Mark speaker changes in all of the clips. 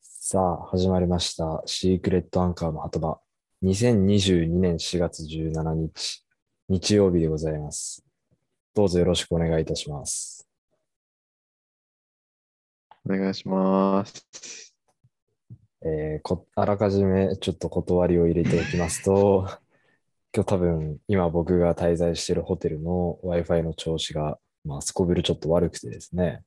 Speaker 1: さあ、始まりました。シークレットアンカーの鳩場。2022年4月17日、日曜日でございます。どうぞよろしくお願いいたします。
Speaker 2: お願いします。
Speaker 1: えー、こあらかじめちょっと断りを入れておきますと、 今日多分、今僕が滞在しているホテルの Wi-Fi の調子が、まあ、すこぶるちょっと悪くてですね、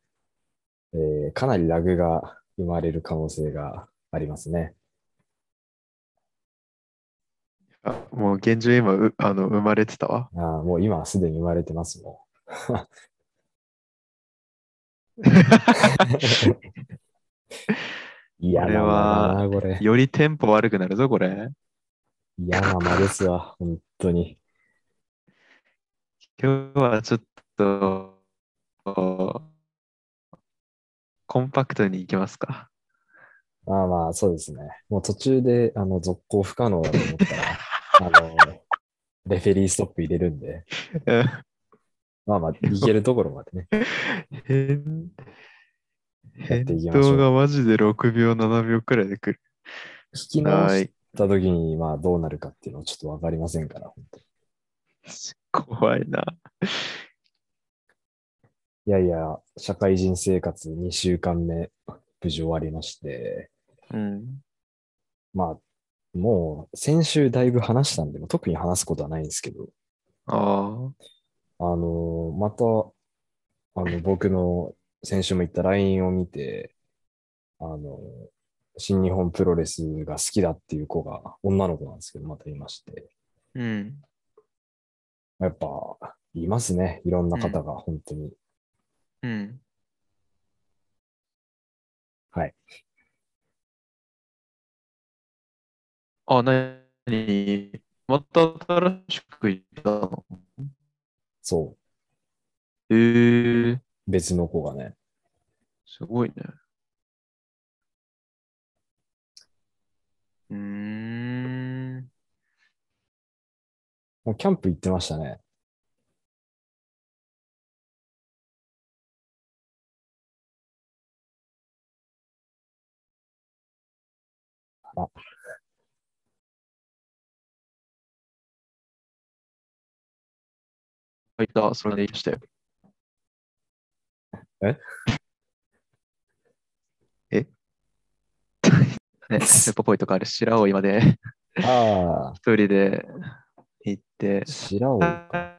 Speaker 1: えー、かなりラグが生まれる可能性がありますね。
Speaker 2: あもう現状今うあの生まれてたわ。
Speaker 1: あもう今すでに生まれてますもん。
Speaker 2: 嫌だなこれ。よりテンポ悪くなるぞこれ。
Speaker 1: 嫌な間ですわ、本当に。
Speaker 2: 今日はちょっとコンパクトにいきますか。
Speaker 1: まあまあ、そうですね。もう途中で、あの、続行不可能だと思 ったら、あの、レフェリーストップ入れるんで。まあまあ、いけるところまでね。
Speaker 2: 変、変動がマジで6秒、7秒くらいで来る。
Speaker 1: 聞き直した時に、まあ、どうなるかっていうのはちょっとわかりませんから、本当に。
Speaker 2: 怖いな。
Speaker 1: いやいや、社会人生活2週間目、無事終わりまして、
Speaker 2: うん、
Speaker 1: まあ、もう先週だいぶ話したんで、特に話すことはないんですけど、
Speaker 2: あ
Speaker 1: あの、また、あの、僕の先週も言った LINE を見て、あの、新日本プロレスが好きだっていう子が、女の子なんですけど、またいまして、
Speaker 2: うん、
Speaker 1: やっぱ、いますね、いろんな方が、本当に。うん
Speaker 2: うん。
Speaker 1: はい。
Speaker 2: あ、なに、また新しく行ったの。
Speaker 1: そう
Speaker 2: へえー、
Speaker 1: 別の子がね。
Speaker 2: すごいね。うーん。
Speaker 1: もうキャンプ行ってました ね。あ。
Speaker 2: いた、それでいいして。
Speaker 1: え
Speaker 2: え ね、スーパーポイとかある白老まで
Speaker 1: ああ。
Speaker 2: 一人で行って。
Speaker 1: 白老か。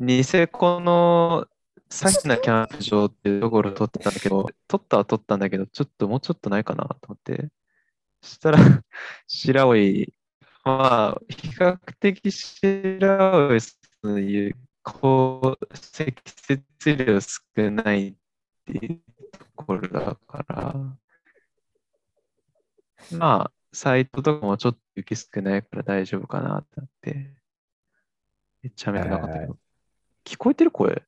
Speaker 2: ニセコのさっきのキャンプ場っていうところを撮ってたんだけど、撮ったは撮ったんだけど、ちょっともうちょっとないかなと思って。そしたら、白老、まあ、比較的白老の有効積雪量少ないっていうところだから、まあ、サイトとかもちょっと雪少ないから大丈夫かなってなって、めっちゃめちゃなかったけど。聞こえてる声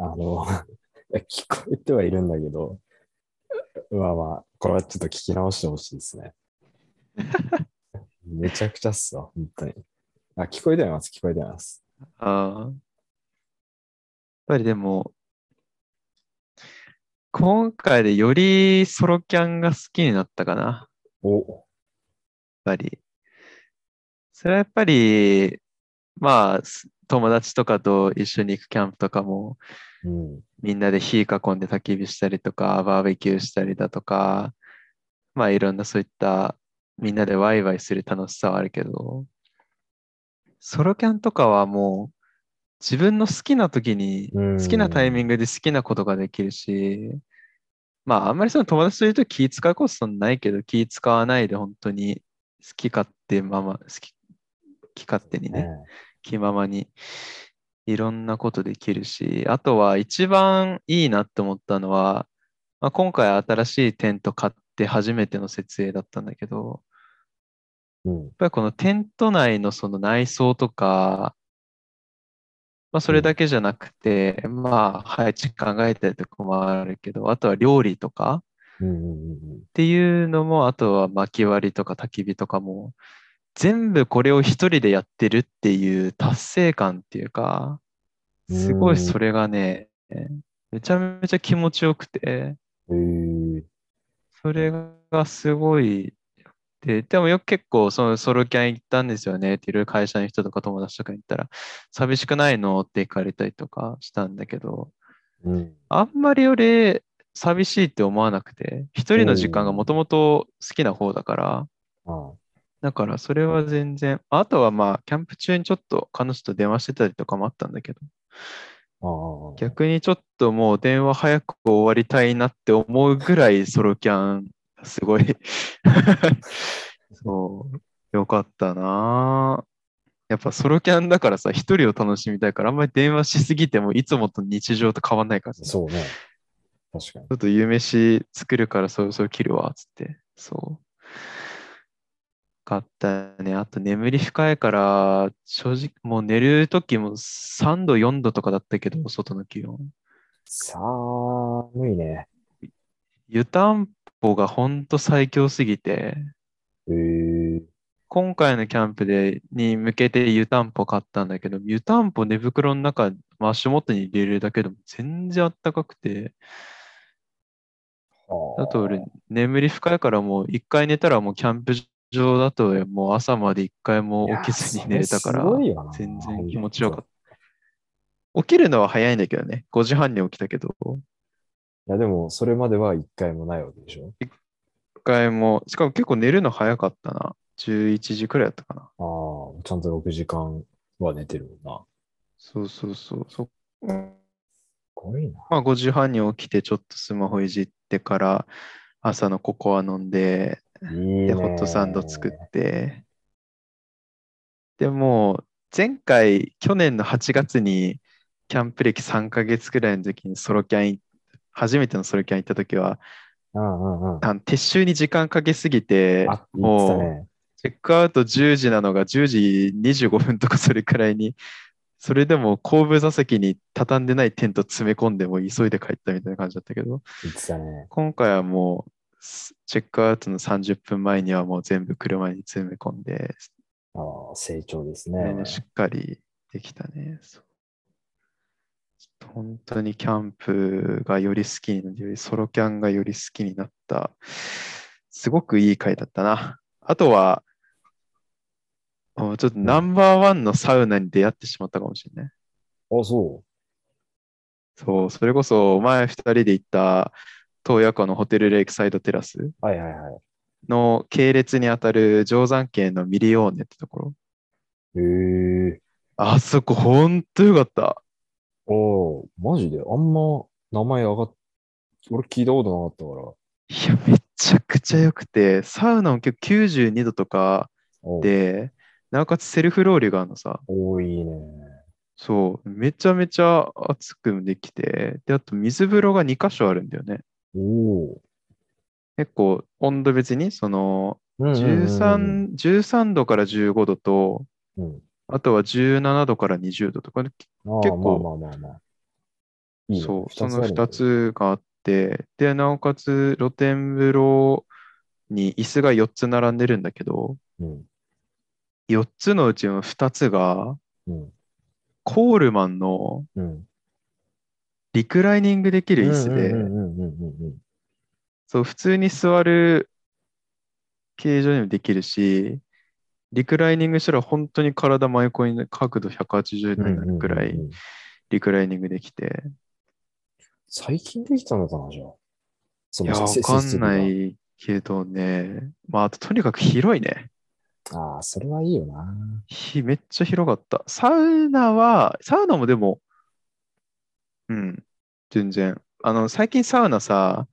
Speaker 1: あの、 聞こえてはいるんだけど、まあまあ、これはちょっと聞き直してほしいです ね。めちゃくちゃっすわ、本当に。あ、聞こえてます、聞こえてます。
Speaker 2: ああ。やっぱりでも、今回でよりソロキャンが好きになったかな。
Speaker 1: おやっ
Speaker 2: ぱり。それはやっぱり、まあ、友達とかと一緒に行くキャンプとかも、
Speaker 1: うん、
Speaker 2: みんなで火囲んで焚き火したりとか、バーベキューしたりだとか、まあいろんなそういったみんなでワイワイする楽しさはあるけど、ソロキャンとかはもう自分の好きな時に、好きなタイミングで好きなことができるし、まああんまりその友達といると気使うことはないけど、気使わないで本当に好き勝手まま、好き勝手にね、うん気ままにいろんなことできるし、あとは一番いいなって思ったのは、まあ、今回新しいテント買って初めての設営だったんだけど、
Speaker 1: うん、
Speaker 2: やっぱりこのテント内のその内装とか、まあ、それだけじゃなくて、うん、まあ配置考えたりとかもあるけど、あとは料理とか、
Speaker 1: うんうんうん、って
Speaker 2: いうのも、あとは薪割りとか焚き火とかも全部これを一人でやってるっていう達成感っていうか、すごいそれがね、めちゃめちゃ気持ちよくて、
Speaker 1: えー、
Speaker 2: それがすごい。で、でもよく結構そのソロキャン行ったんですよねっていろいろ会社の人とか友達とかに行ったら、寂しくないのって聞かれたりとかしたんだけど、
Speaker 1: うん。
Speaker 2: あんまり俺、寂しいって思わなくて、一人の時間がもともと好きな方だから、
Speaker 1: あ
Speaker 2: だからそれは全然、あとはまあ、キャンプ中にちょっと彼女と電話してたりとかもあったんだけど、
Speaker 1: あああ。
Speaker 2: 逆にちょっともう電話早く終わりたいなって思うぐらいソロキャン、すごい。そう、よかったなぁやっぱソロキャンだからさ、一人を楽しみたいから、あんまり電話しすぎてもいつもと日常と変わんないからさ、
Speaker 1: そうね。確かに
Speaker 2: ちょ。っと夕飯作るからそろそろ切るわ、つって。そう。よかったね。あと眠り深いから、正直もう寝る時も3度、4度とかだったけど、外の気温。
Speaker 1: 寒いね。
Speaker 2: 湯たんぽがほんと最強すぎて、
Speaker 1: えー、
Speaker 2: 今回のキャンプでに向けて湯たんぽ買ったんだけど、湯たんぽ寝袋の中、まあ足元に入れるだけでも全然あったかくて、
Speaker 1: は
Speaker 2: あと俺、眠り深いからもう一回寝たらもうキャンプ場だともう朝まで一回も起きずに寝れたから
Speaker 1: いやそれす、ごいよな
Speaker 2: 全然気持ちよかった。起きるのは早いんだけどね、5時半に起きたけど、
Speaker 1: いや、でも、それまでは一回もないわけでしょ。
Speaker 2: 一回も、しかも結構寝るの早かったな。11時くらいだったかな。
Speaker 1: ああ、ちゃんと6時間は寝てるもんな。
Speaker 2: そうそうそう。そ
Speaker 1: すごいな。
Speaker 2: まあ5時半に起きてちょっとスマホいじってから、朝のココア飲んで、
Speaker 1: いいね。
Speaker 2: で、ホットサンド作って。でも、前回、去年の8月に、キャンプ歴3ヶ月くらいの時にソロキャンい、初めてのソロキャン行った時は、
Speaker 1: うんうんうん。
Speaker 2: あの撤収に時間かけすぎ
Speaker 1: あ、
Speaker 2: て、
Speaker 1: 言ってた
Speaker 2: もう、
Speaker 1: ね。
Speaker 2: チェックアウト10時なのが10時25分とかそれくらいに、それでも後部座席に畳んでないテント詰め込んで、もう急いで帰ったみたいな感じだったけど、
Speaker 1: 言ってたね。
Speaker 2: 今回はもうすチェックアウトの30分前にはもう全部車に詰め込んで、
Speaker 1: ああ、成長ですね。
Speaker 2: ねしっかりできたね。そうちょっと本当にキャンプがより好きになり、ソロキャンがより好きになった、すごくいい回だったな。あとは、おちょっとナンバーワンのサウナに出会ってしまったかもしれな
Speaker 1: あ、
Speaker 2: い。
Speaker 1: そ
Speaker 2: そう、それこそ前2人で行った洞爺湖のホテルレイクサイドテラス。
Speaker 1: う。はいはいはい。
Speaker 2: の系列にあたる定山渓のミリオーネってとこ
Speaker 1: へ
Speaker 2: ろ。
Speaker 1: え
Speaker 2: あそこほんとよかった。
Speaker 1: ー。おー、マジであんま名前上がっ、俺聞いたことなかったから。
Speaker 2: いや、めちゃくちゃ良くて、サウナも結構92度とか
Speaker 1: おー、
Speaker 2: で、なおかつセルフローリュがあるのさ。
Speaker 1: おーいいね。
Speaker 2: そう、めちゃめちゃ熱くできて、で、あと水風呂が2箇所あるんだよね。
Speaker 1: おお。
Speaker 2: 結構温度別に、その
Speaker 1: うんうんうんうん。
Speaker 2: 13、13度から15度と、
Speaker 1: うん
Speaker 2: あとは17度から20度とか、
Speaker 1: ああ
Speaker 2: 結構
Speaker 1: まあまあまあまあ。いいね
Speaker 2: そう、そ
Speaker 1: 二つあ
Speaker 2: の
Speaker 1: るんだ
Speaker 2: 2つがあって、で、なおかつ露天風呂に椅子が4つ並んでるんだけど、
Speaker 1: うん。
Speaker 2: 4つのうちの2つが、
Speaker 1: うん。
Speaker 2: コールマンの
Speaker 1: うん。
Speaker 2: リクライニングできる椅子
Speaker 1: うん
Speaker 2: で、
Speaker 1: うんうんうんうん
Speaker 2: そう、普通に座る形状にもできるし、リクライニングしたら本当に体真横に角度180
Speaker 1: う
Speaker 2: 度
Speaker 1: んうん
Speaker 2: にな
Speaker 1: うんう
Speaker 2: る
Speaker 1: ん。
Speaker 2: くらいリクライニングできて、
Speaker 1: 最近できたのかな、じゃあ。そ
Speaker 2: いや、わ
Speaker 1: せ
Speaker 2: か
Speaker 1: 設
Speaker 2: ん
Speaker 1: 備
Speaker 2: な
Speaker 1: が
Speaker 2: いけどね、まあ、あととにかく広いね。
Speaker 1: ああ、それはいいよな。
Speaker 2: ひめっちゃ広かった。サウナは、サウナもでも、うん、全然。あの、最近サウナさ、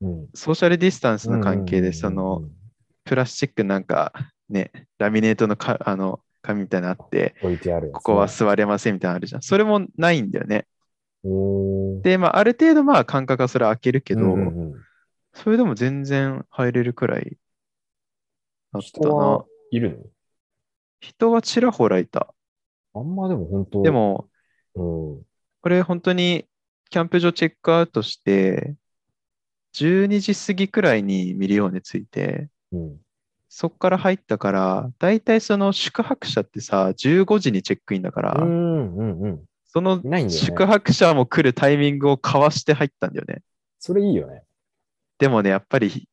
Speaker 1: うん。
Speaker 2: ソーシャルディスタンスの関
Speaker 1: うんうんうん
Speaker 2: 係
Speaker 1: う
Speaker 2: で、
Speaker 1: ん
Speaker 2: その、、プラスチックなんか、ね、ラミネートのかあの紙みたいなのあって、
Speaker 1: 置いてあるやつね
Speaker 2: ここは座れませんみたいなのあるじゃん。それもないんだよね。
Speaker 1: おー
Speaker 2: で、まあ、ある程度、まあ、感覚はそれ開けるけど、
Speaker 1: うんうんうん
Speaker 2: それでも全然入れるくらいだった
Speaker 1: 人
Speaker 2: な
Speaker 1: は。いる
Speaker 2: 人はちらほらいた。
Speaker 1: のあんまでも本当、
Speaker 2: でも、
Speaker 1: うん、
Speaker 2: これ本当にキャンプ場チェックアウトして、12時過ぎくらいにミリオーネついて、
Speaker 1: うん。
Speaker 2: そっから入ったから、大体その宿泊者ってさ、15時にチェックインだから、
Speaker 1: うんうんうん。
Speaker 2: その
Speaker 1: いないんだよね
Speaker 2: 宿泊者も来るタイミングをかわして入ったんだよね。
Speaker 1: それいいよね。
Speaker 2: でもね、やっぱり日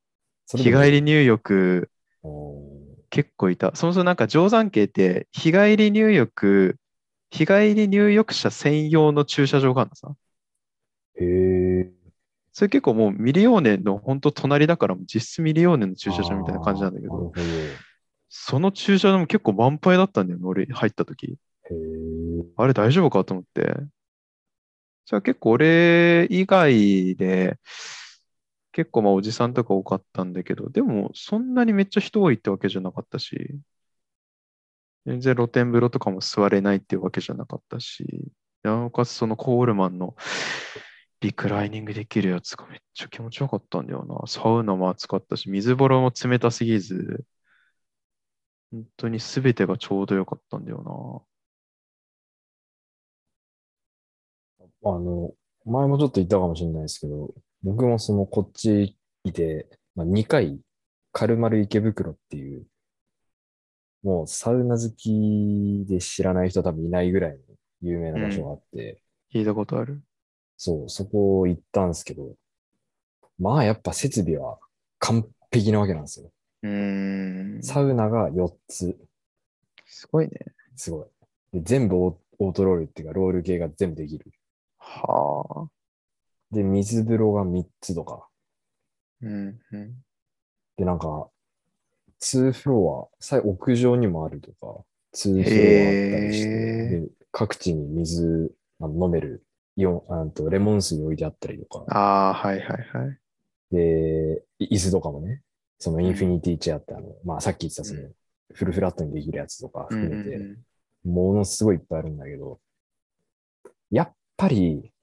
Speaker 1: それ
Speaker 2: 帰
Speaker 1: でも
Speaker 2: り入浴
Speaker 1: お
Speaker 2: 結構いた。そもそもなんか定山渓って日帰り入浴、日帰り入浴者専用の駐車場があるのさ。
Speaker 1: ーへえ。
Speaker 2: それ結構もうミリオーネの本当隣だからもう実質ミリオーネの駐車場みたいな感じなんだけ
Speaker 1: あーな
Speaker 2: ど、
Speaker 1: る
Speaker 2: その駐車場も結構満杯だったんだよね、俺入った時。
Speaker 1: ほど。へえ。
Speaker 2: あれ大丈夫かと思って。じゃあ結構俺以外で、結構まあおじさんとか多かったんだけど、でもそんなにめっちゃ人多いってわけじゃなかったし、全然露天風呂とかも座れないっていうわけじゃなかったし、なおかつそのコールマンのリクライニングできるやつがめっちゃ気持ちよかったんだよな。サウナも暑かったし、水風呂も冷たすぎず、本当に全てがちょうどよかったんだよな。
Speaker 1: あの、前もちょっと言ったかもしれないですけど、僕もそのこっちいて、まあ、2回、カルマル池袋っていう、もうサウナ好きで知らない人多分いないぐらいの有名な場所があって、
Speaker 2: 聞いたことある。
Speaker 1: そう、そこ行ったんですけど、まあやっぱ設備は完璧なわけなんですよ。
Speaker 2: うーん。
Speaker 1: サウナが4つ、
Speaker 2: すごいね。
Speaker 1: すごい。で全部オーオートロールっていうか、ロール系が全部できる。
Speaker 2: はあ。
Speaker 1: で、水風呂が3つとか。
Speaker 2: うんうん。
Speaker 1: で、なんか、2フロア、さ屋上にもあるとか、2フロアあったりして、
Speaker 2: へ
Speaker 1: で各地に水あの飲める、イオンあのとレモン水置いてあったりとか、
Speaker 2: ああ、はいはいはい。
Speaker 1: で、い椅子とかもね、そのインフィニティチェアってあの、まあさっき言ってたその、
Speaker 2: う
Speaker 1: フルフラットにできるやつとか
Speaker 2: うん
Speaker 1: 含
Speaker 2: う
Speaker 1: め
Speaker 2: ん
Speaker 1: て、
Speaker 2: うん
Speaker 1: ものすごいいっぱいあるんだけど、やっぱり、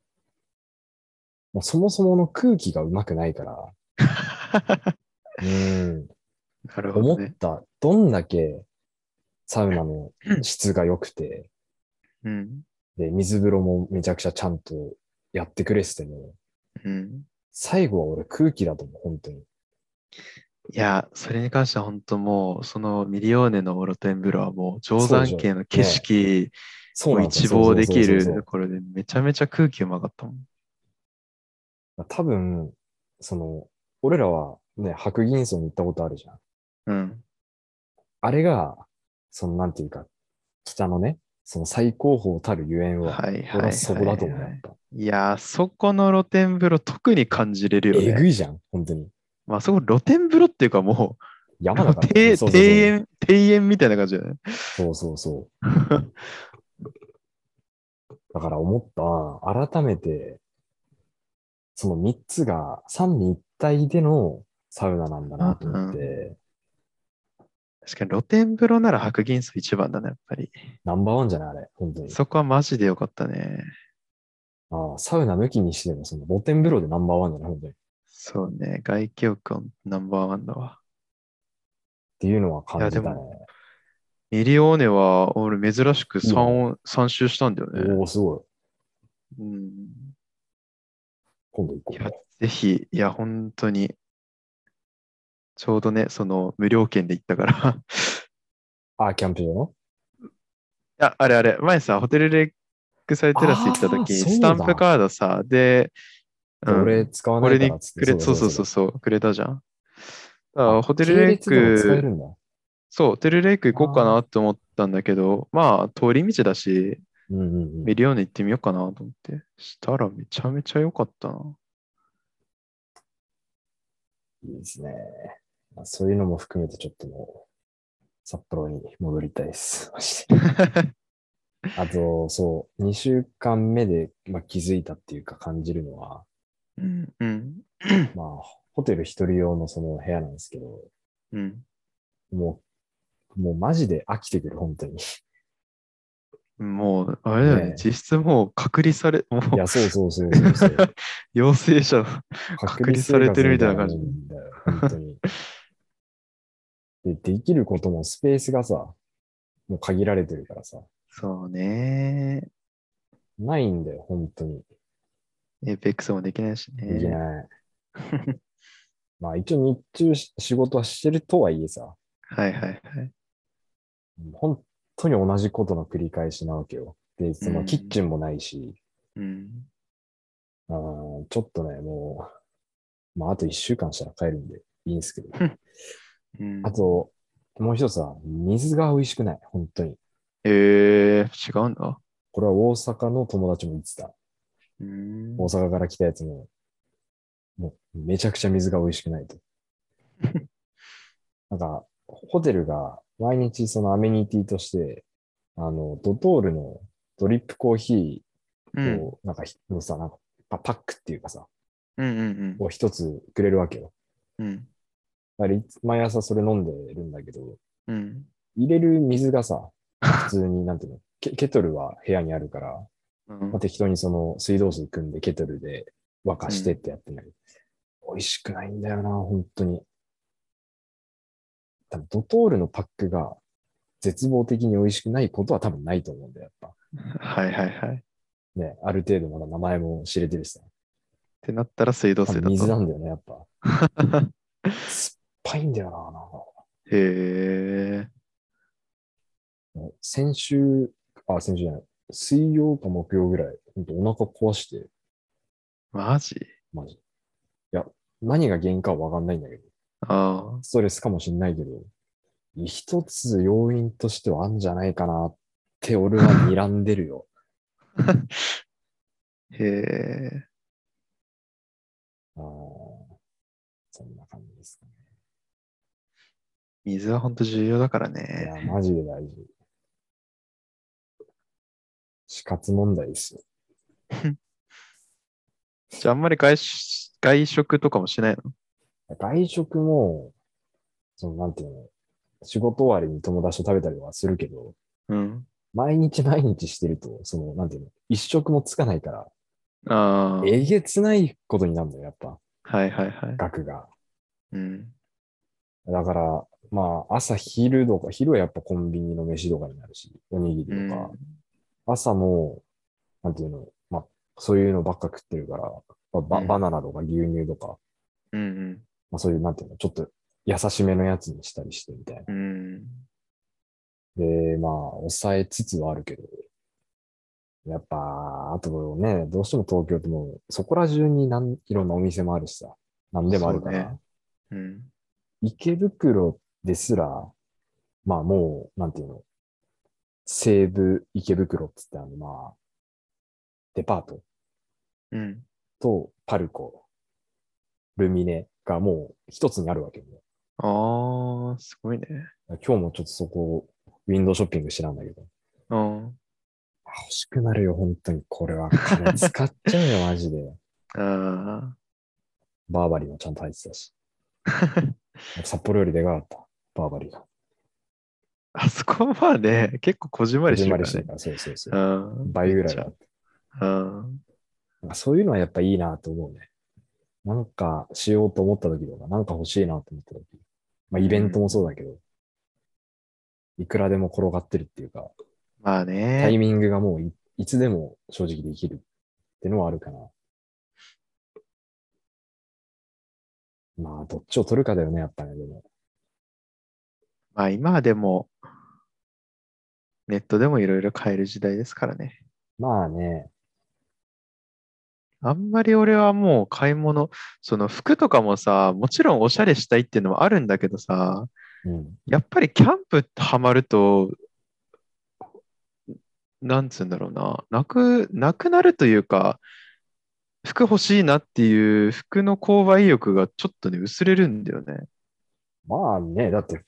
Speaker 1: もうそもそもの空気がうまくない から、うん、
Speaker 2: なるほ
Speaker 1: 思
Speaker 2: ど
Speaker 1: っ
Speaker 2: ね。
Speaker 1: た、どんだけサウナの質が良くて、
Speaker 2: うん。
Speaker 1: で、水風呂もめちゃくちゃちゃんとやってくれてても、
Speaker 2: うん。
Speaker 1: 最後は俺空気だと思う、本当に。
Speaker 2: いや、それに関しては本当もう、そのミリオーネの露天風呂はもう、定山渓の景色
Speaker 1: そう
Speaker 2: を
Speaker 1: なんです
Speaker 2: 一
Speaker 1: よ
Speaker 2: 望できる
Speaker 1: そうそうそ
Speaker 2: と
Speaker 1: う
Speaker 2: ころで、めちゃめちゃ空気うまかったもん。
Speaker 1: そう多分、その、俺らはね、白銀荘に行ったことあるじゃん。
Speaker 2: うん。
Speaker 1: あれが、その、なんていうか、北のね、その最高峰たるゆえんは、
Speaker 2: はい
Speaker 1: 俺
Speaker 2: は。
Speaker 1: はいそこだと思う。
Speaker 2: は
Speaker 1: や
Speaker 2: いは
Speaker 1: っ
Speaker 2: い
Speaker 1: ぱ
Speaker 2: いや、そこの露天風呂特に感じれるよ
Speaker 1: えぐ
Speaker 2: ね。
Speaker 1: いじゃん、本当に。
Speaker 2: まあそこ露天風呂っていうかもう、
Speaker 1: 山だ
Speaker 2: もう
Speaker 1: から。
Speaker 2: 庭
Speaker 1: そうそうそう
Speaker 2: 庭園、庭園みたいな感じだよね。
Speaker 1: そうそうそう。 だから思った、改めて、その3つが三位一体でのサウナなんだなと思って、
Speaker 2: 確かに露天風呂なら白銀荘一番だね、やっぱり。
Speaker 1: ナンバーワンじゃないあれ、本当に。
Speaker 2: そこはマジでよかったね。
Speaker 1: ああサウナ抜きにしても、その露天風呂でナンバーワンじゃない本当に。っ
Speaker 2: そうね、外気浴はナンバーワンだわ。
Speaker 1: ていうのは感じた
Speaker 2: いや
Speaker 1: ね
Speaker 2: で。ミリオーネは俺珍しく 3, 三周したんだよね。
Speaker 1: おお、すごい。
Speaker 2: うん、
Speaker 1: 今度行こ
Speaker 2: いうや。ぜひ、いや、本当に。ちょうどね、その無料券で行ったから。い
Speaker 1: ああ、キャンプ場の
Speaker 2: や、あれあれ、前さ、ホテルレックサイテラス行った時、
Speaker 1: あーそうだ
Speaker 2: スタンプカードさ、で、うん
Speaker 1: 俺使わな
Speaker 2: 俺
Speaker 1: いか
Speaker 2: に
Speaker 1: らっつって。
Speaker 2: くれ、そうそうそ
Speaker 1: そ
Speaker 2: うそう、くれたじゃん。だか
Speaker 1: う。
Speaker 2: ら
Speaker 1: あ
Speaker 2: ホテルレイ
Speaker 1: 系列でも使え
Speaker 2: ク
Speaker 1: る、んだ。
Speaker 2: そう、ホテルレイク行こうかなって思ったんだけど、まあ、通り道だし、
Speaker 1: うんうんう
Speaker 2: メ
Speaker 1: ん。
Speaker 2: リオーネ行ってみようかなと思って。したらめちゃめちゃ良かった な。
Speaker 1: いいですね。まあそういうのも含めてちょっともう、札幌に戻りたいです。 マジであと、そう、2週間目で、まあ、気づいたっていうか感じるのは、
Speaker 2: うん、うん、
Speaker 1: まあ、ホテル一人用のその部屋なんですけど、
Speaker 2: うん。
Speaker 1: もう、もうマジで飽きてくる、本当に。い
Speaker 2: もう、あれだよね、
Speaker 1: ねえ
Speaker 2: 実質もう隔離され、もう
Speaker 1: や、そうそうそうそうそう。
Speaker 2: 陽性者だ。
Speaker 1: 隔
Speaker 2: 離されてるみたいな感じ
Speaker 1: 生活みたいなもんだよ本当に。で、できることもスペースがさ、もう限られてるからさ、
Speaker 2: そうね。
Speaker 1: ないんだよ、本当に。
Speaker 2: エーペックスもできないしね。
Speaker 1: いけ ない。まあ一応日中し仕事はしてるとはいえさ、
Speaker 2: はいはいはい。
Speaker 1: 本当に同じことの繰り返しなわけよ。で、その
Speaker 2: うん
Speaker 1: キッチンもないし、
Speaker 2: うん。
Speaker 1: あーちょっとね、もう、まあ、あと1週間したら帰るんでいいんです けど、
Speaker 2: うん、
Speaker 1: あと、もう一つは、水が美味しくない、本当に。
Speaker 2: えー、違うんだ。
Speaker 1: これは大阪の友達も言ってた。
Speaker 2: うん
Speaker 1: 大阪から来たやつも、もうめちゃくちゃ水が美味しく ないと。なんか、ホテルが毎日そのアメニティとして、あの、ドトールのドリップコーヒ
Speaker 2: う
Speaker 1: ー
Speaker 2: ん
Speaker 1: を、なんかひ、のさ、なんかパパックっていうかさ、
Speaker 2: うんうん
Speaker 1: を一つくれるわけよ。
Speaker 2: うんうん
Speaker 1: だからいつ毎朝それ飲んでるんだけど、
Speaker 2: うん
Speaker 1: 入れる水がさ、普通に、なんていうの、ケケトルは部屋にあるから、
Speaker 2: うん
Speaker 1: まあ、適当にその水道水汲んでケトルで沸かしてってやってない。美味しくないんだよな、本当に。多分ドトールのパックが絶望的に美味しくないことは多分ないと思うんだよ、やっ
Speaker 2: はいはいはい。っ
Speaker 1: ぱ。ね、ある程度まだ名前も知れてるしさ。
Speaker 2: てなったら水道
Speaker 1: 多
Speaker 2: 水
Speaker 1: 分
Speaker 2: だ
Speaker 1: 水な
Speaker 2: と。
Speaker 1: んだよね、やっぱ。酸っぱいんだよな、なんか。
Speaker 2: へえ。
Speaker 1: 先週、あ、先週じゃない。水曜か木曜ぐらい、ほんとお腹壊して、
Speaker 2: マジ
Speaker 1: マジ。いや、何が原因かはわかんないんだけど。
Speaker 2: ああ。
Speaker 1: ストレスかもしれないけど、一つ要因としてはあんじゃないかなって俺は睨んでるよ。
Speaker 2: へえ。
Speaker 1: あーそんな感じです
Speaker 2: 水は本当重要だから
Speaker 1: か
Speaker 2: ね。
Speaker 1: ね。いや、マジで大事。死活問題ですよ。
Speaker 2: じゃああんまり外し外食とかもしないの
Speaker 1: 外食も、その、なんていうの、仕事終わりに友達と食べたりはするけど、
Speaker 2: うん。
Speaker 1: 毎日毎日してると、その、なんていうの、一食もつかないから、
Speaker 2: ああ。
Speaker 1: えげつないことになるんだよ、やっぱ、
Speaker 2: はいはいはい。
Speaker 1: 額が。
Speaker 2: うん。
Speaker 1: だから、まあ、朝、昼とか、昼はやっぱコンビニの飯とかになるし、おにぎ
Speaker 2: う
Speaker 1: りとか
Speaker 2: ん、、
Speaker 1: 朝も、なんていうの、まあ、そういうのばっか食ってるから、まあバ
Speaker 2: うん
Speaker 1: バナナとか牛乳とか、
Speaker 2: うん
Speaker 1: まあ、そういう、なんていうの、ちょっと優しめのやつにしたりしてみたいな。
Speaker 2: うん。うん。
Speaker 1: で、まあ、抑えつつはあるけど、やっぱ、あとね、どうしても東京ってもう、そこら中になんいろんなお店もあるしさ、なんでもあるから、
Speaker 2: そううん。
Speaker 1: 池袋ですら、まあもう、なんていうの、西武池袋っつってあの、まあ、デパート
Speaker 2: うん。
Speaker 1: とパルコ、ルミネがもう一つにあるわけね。
Speaker 2: ああ、すごいね。
Speaker 1: 今日もちょっとそこ、ウィンドウショッピングしてたんだけど、
Speaker 2: うん。
Speaker 1: あ欲しくなるよ、本当に。これは金使っちゃ うよ、マジで。
Speaker 2: あ
Speaker 1: バーバリーもちゃんと入ってたし。
Speaker 2: あ。
Speaker 1: 札幌よりでかかった、バーバリーが。
Speaker 2: あそこはまあね、結構こじんまりして
Speaker 1: じんま
Speaker 2: る
Speaker 1: り
Speaker 2: か
Speaker 1: して
Speaker 2: らね
Speaker 1: る。から、そうそうそうう。
Speaker 2: ん。
Speaker 1: 倍ぐらいだった。
Speaker 2: うん。
Speaker 1: なんかそういうのはやっぱいいなと思うね。なんかしようと思った時とか、なんか欲しいなと思った時。まあイベントもそうだけど、いくらでも転がってるっていうか、
Speaker 2: まあ
Speaker 1: タイ
Speaker 2: ね。
Speaker 1: ミングがもういいつでも正直できるってのはあるかな。まあ、どっちを取るかだよね、やっぱね。でも、
Speaker 2: まあ今はでも、ネットでもいろいろ買える時代ですからね。
Speaker 1: まあね、
Speaker 2: あんまり俺はもう買い物、その服とかもさ、もちろんおしゃれしたいっていうのもあるんだけどさ、
Speaker 1: うん。
Speaker 2: やっぱりキャンプハマると、なんつうんだろうな、なく、なくなるというか、服欲しいなっていう服の購買意欲がちょっとね、薄れるんだよね。
Speaker 1: まあね、だって、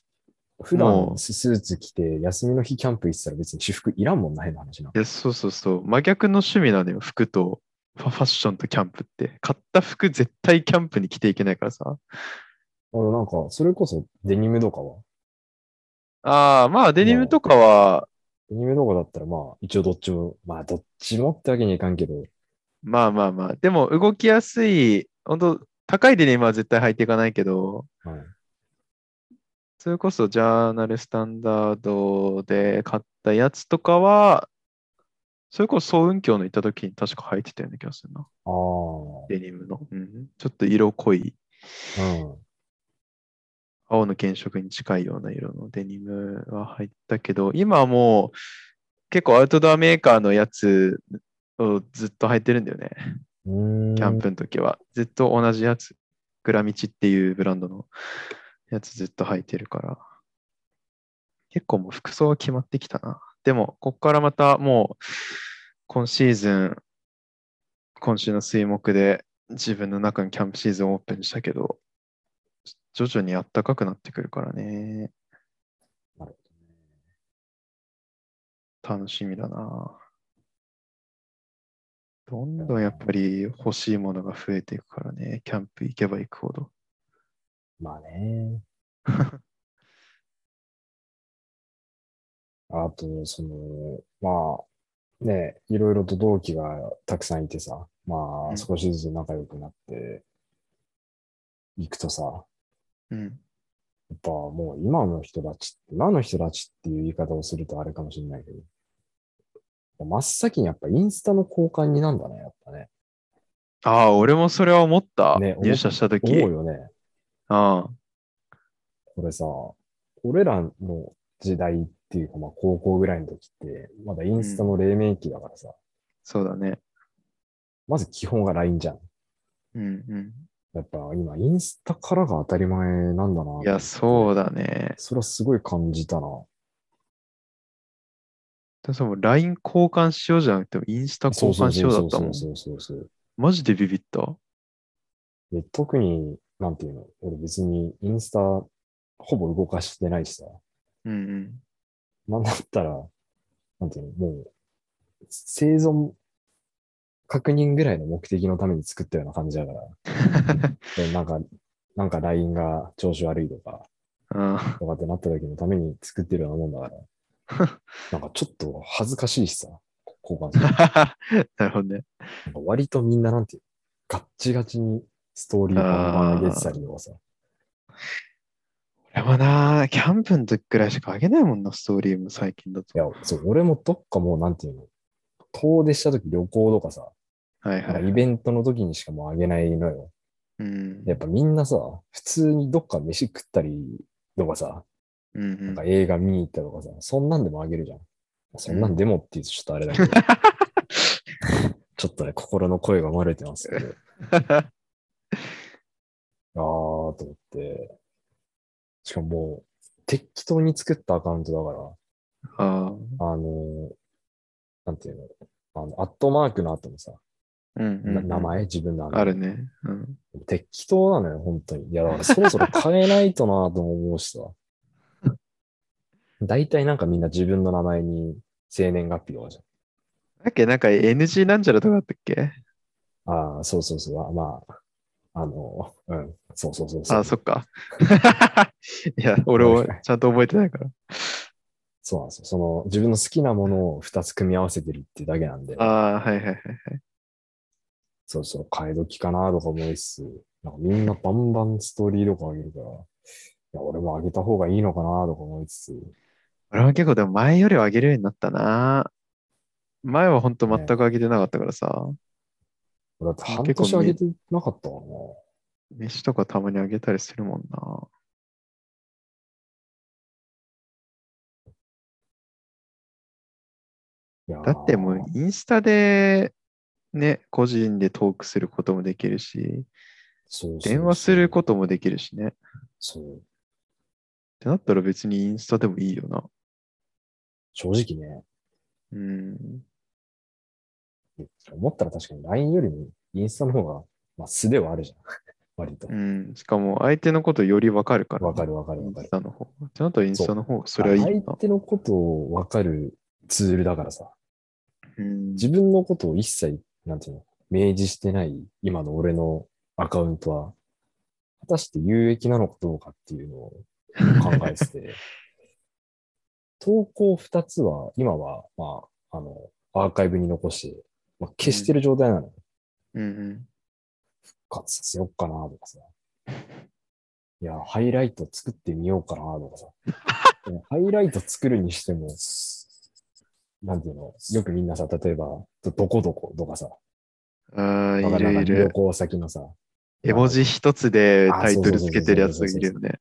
Speaker 1: 普
Speaker 2: も
Speaker 1: 段
Speaker 2: う
Speaker 1: ススーツ着て、休みの日キャンプ行ってたら別に私服いらんもんな、変な話な。
Speaker 2: いや、そうそうそう。真逆の趣味なのよ、服と、ファファッションとキャンプって。買った服絶対キャンプに着ていけないからさ。
Speaker 1: あのなんか、それこそデニムとかは
Speaker 2: ああ、まあ、デニムとかは、
Speaker 1: アニメ動画だったら、まあ、一応どっちも、まあ、どっちもってわけにいかんけど、
Speaker 2: まあまあまあ、でも動きやすい、本当高いデニムは絶対履いていかないけど、
Speaker 1: はい
Speaker 2: それこそジャーナルスタンダードで買ったやつとかは、それこそ総雲峡の行った時に確か履いてたような気がするな。
Speaker 1: ああ、
Speaker 2: デニムの。うん、ちょっと色濃い。
Speaker 1: うん。
Speaker 2: 青の原色に近いような色のデニムは入ったけど、今はもう結構アウトドアメーカーのやつをずっと履いてるんだよね。
Speaker 1: うーん。
Speaker 2: キャンプの時は。ずっと同じやつ。グラミチっていうブランドのやつずっと履いてるから。結構もう服装は決まってきたな。でも、ここからまたもう、今シーズン、今週の水木で自分の中のキャンプシーズンオープンしたけど、徐々に暖かくなってくるからね。
Speaker 1: なるほどね
Speaker 2: 楽しみだな。どんどんやっぱり欲しいものが増えていくからね、キャンプ行けば行くほど。
Speaker 1: まあね。 あと、その、まあ、ね、いろいろと同期がたくさんいてさ、ま
Speaker 2: う
Speaker 1: あ、
Speaker 2: ん
Speaker 1: 少しずつ仲良くなっていくとさ、や
Speaker 2: うん。
Speaker 1: っぱもう今の人たちって、今の人たちっていう言い方をするとあれかもしれないけど、真っ先にやっぱインスタの交換になんだね、やっぱね。
Speaker 2: ああ、俺もそれは思った。
Speaker 1: ね
Speaker 2: 入社した時
Speaker 1: 思うよね。
Speaker 2: あ
Speaker 1: これさ、俺らの時代っていうか、まあ高校ぐらいの時って、まだインスタの黎明期だからさ、
Speaker 2: そうだね。
Speaker 1: まず基本が LINE じゃん。
Speaker 2: うん
Speaker 1: やっぱ今、インスタからが当たり前なんだな。
Speaker 2: うん。い。や、そううだね。
Speaker 1: それはすごい感じたな。
Speaker 2: でその LINE 交換しようじゃなくて、インスタ交換しようだったもん。
Speaker 1: そうそうそうそうそう
Speaker 2: マジでビビった。
Speaker 1: そうで。特に、なんていうの、俺別にインスタほぼ動かしてないしさ。
Speaker 2: うん うん。
Speaker 1: なんだったら、なんていうの、もう、生存確認ぐらいの目的のために作ったような感じだから。でなんか、なんか LINE が調子悪いとか、
Speaker 2: あ
Speaker 1: とかってなった時のために作ってるようなもんだから。なんかちょっと恥ずかしいしさ、交換する。
Speaker 2: あ なるほどね。
Speaker 1: なんか割とみんななんていうガッチガチにストーリーを上げてたりとかさ。
Speaker 2: 俺はな、キャンプの時くらいしか上げないもんな、ストーリーも最近だ
Speaker 1: い
Speaker 2: と。
Speaker 1: や、そう、俺もどっかもうなんていうの、遠出した時旅行とかさ、
Speaker 2: はい
Speaker 1: なん
Speaker 2: は
Speaker 1: か
Speaker 2: い。
Speaker 1: イベントの時にしかもう上げないのよ。
Speaker 2: うん。
Speaker 1: やっぱみんなさ、普通にどっか飯食ったりとかさ、
Speaker 2: うんう
Speaker 1: なん
Speaker 2: ん
Speaker 1: か映画見に行ったとかさ、そんなんでも上げるじゃん。そんなんでもって言うとちょっとあれだけど、 ちょっとね、心の声が漏れてます けど。あーと思って。しかももう、適当に作ったアカウントだか
Speaker 2: ああ。
Speaker 1: ら、あのーなんていうの、あの、アットマークの後のさ、
Speaker 2: うんうんうん
Speaker 1: な名前自分の
Speaker 2: あるね。うん。
Speaker 1: 適当なのよ、本当に。いや、だからそろそろ変えないとなとも思うしさ。 大体なんかみんな自分の名前に生年月日とかじ
Speaker 2: だっけなんか NG なんちゃらとかだったっけ
Speaker 1: ゃん。ああ、そうそうそう。あまあ、あの、うん、そうそうそうそう。
Speaker 2: あ、そっか。 いや、俺をちゃんと覚えてないから。
Speaker 1: そうなんですよ。その、自分の好きなものを2つ組み合わせてるってだけなんで。
Speaker 2: ああー、はいはいはい。
Speaker 1: そうそう、替え時かなとか思いつつ、なんかみんなバンバンストーリーとか上げるから、いや、俺も上げた方がいいのかなとか思いつつ、
Speaker 2: 俺は結構でも前より上げるようになったな。前は本当全く上げてなかったからさ、
Speaker 1: 俺だって半年上げてなかったかな。
Speaker 2: 飯とかたまに上げたりするもんな。
Speaker 1: いやー
Speaker 2: だってもうインスタでね、個人でトークすることもできるし、
Speaker 1: そうそう
Speaker 2: 電話することもできるしね。っ
Speaker 1: そう。
Speaker 2: てなったら別にインスタでもいいよな。
Speaker 1: 正直ね、
Speaker 2: うん。
Speaker 1: 思ったら確かに LINE よりもインスタの方が、まあ、素ではあるじゃん。 割と
Speaker 2: う。ん。しかも相手のことよりわかるからね、
Speaker 1: わかるわかる
Speaker 2: イ
Speaker 1: わ
Speaker 2: ン
Speaker 1: かる
Speaker 2: ス。タの方が。ってなったらインスタの方がそれはいい
Speaker 1: 相
Speaker 2: な。
Speaker 1: 手のことをわかるツールだからさ、
Speaker 2: うん
Speaker 1: 自分のことを一切、なんていうの、明示してない今の俺のアカウントは、果たして有益なのかどうかっていうのを考えてて、投稿2つは、今は、まあ、あの、アーカイブに残して、まあ、消してる状態なの。
Speaker 2: うんうん
Speaker 1: 復活させようかなとかさ。いや、ハイライト作ってみようかなとかさ。でもハイライト作るにしても、なんていうの、よくみんなさ、例えば、どどこどことかさ、
Speaker 2: ああ、
Speaker 1: わかる
Speaker 2: いる
Speaker 1: ないんか旅
Speaker 2: る。
Speaker 1: 行先のさ、
Speaker 2: 絵文字一つでタイトルつけてるやつがいるよね。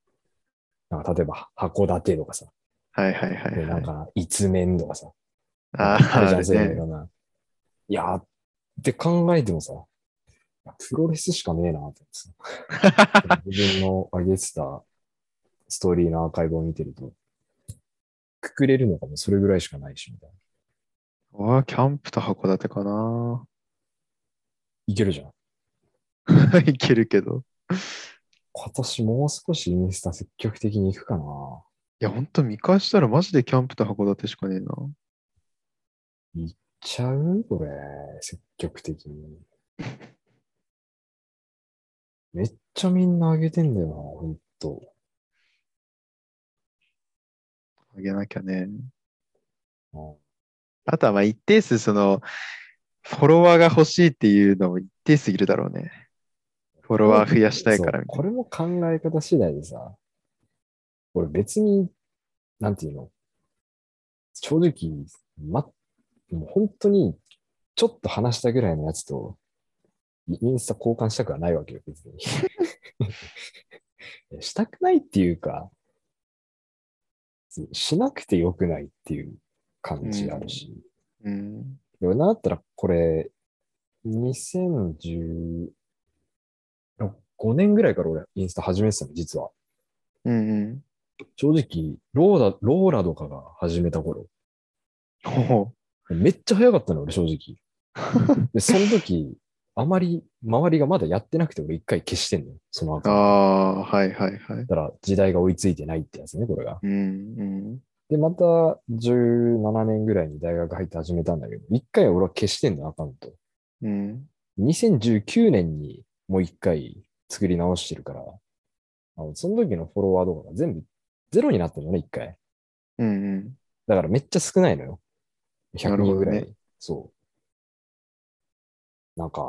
Speaker 1: なんか例えば函館とかさ、
Speaker 2: はいはいはい、
Speaker 1: でな
Speaker 2: は
Speaker 1: ん
Speaker 2: い。
Speaker 1: か一面とかさ、
Speaker 2: あ
Speaker 1: あるじゃん、
Speaker 2: ー
Speaker 1: そう
Speaker 2: あ
Speaker 1: いう
Speaker 2: るね。
Speaker 1: のがな。いやー、って考えてもさ、プロレスしかねえなって思ってさ 自分の上げてたストーリーのアーカイブを見てると、くくれるのかもそれぐらいしかないし、みたいな。
Speaker 2: わあ、キャンプと函館かな。
Speaker 1: いけるじゃん。
Speaker 2: いけるけど。
Speaker 1: 今年もう少しインスタ積極的に行くかな。
Speaker 2: いや、ほんと見返したらマジでキャンプと函館しかねえな。
Speaker 1: ちゃうこれ、積極的に。めっちゃみんな上げてんだよな、ほんと。
Speaker 2: あげなきゃね。
Speaker 1: うん
Speaker 2: あとはまあ一定数その、フォロワーが欲しいっていうのも一定数いるだろうね。フォロワー増やしたいから
Speaker 1: そう
Speaker 2: みたい
Speaker 1: これも考え方次第でさ、俺別に、なんていうの、正直、ま、もう本当に、ちょっと話したぐらいのやつと、イインスタ交換したくはないわけよ、 別に。したくないっていうか、しなくてよくないっていう感じあるし。
Speaker 2: な。うん。
Speaker 1: でもなんだったらこれ、2015年ぐらいから俺インスタ始めてたの、実は。
Speaker 2: うんうん。
Speaker 1: 正直、ローラ、ローラとかが始めた頃。
Speaker 2: ほほ
Speaker 1: めっちゃ早かったの、俺正直。で、その時、あまり周りがまだやってなくて俺一回消してんのよ、そのアカ
Speaker 2: あ
Speaker 1: ウント
Speaker 2: あ、はいはいはい。
Speaker 1: だから時代が追いついてないってやつね、これが。
Speaker 2: うんうん。
Speaker 1: で、また17年ぐらいに大学入って始めたんだけど、一回俺は消してんの、アカウント。
Speaker 2: うん。
Speaker 1: 2019年にもう一回作り直してるから、あのその時のフォロワーとかが全部ゼロになってるのね、一回。
Speaker 2: うんうん。
Speaker 1: だからめっちゃ少ないのよ。100
Speaker 2: なるほ
Speaker 1: 人
Speaker 2: ど
Speaker 1: ぐらい。
Speaker 2: ね
Speaker 1: そう。なんか、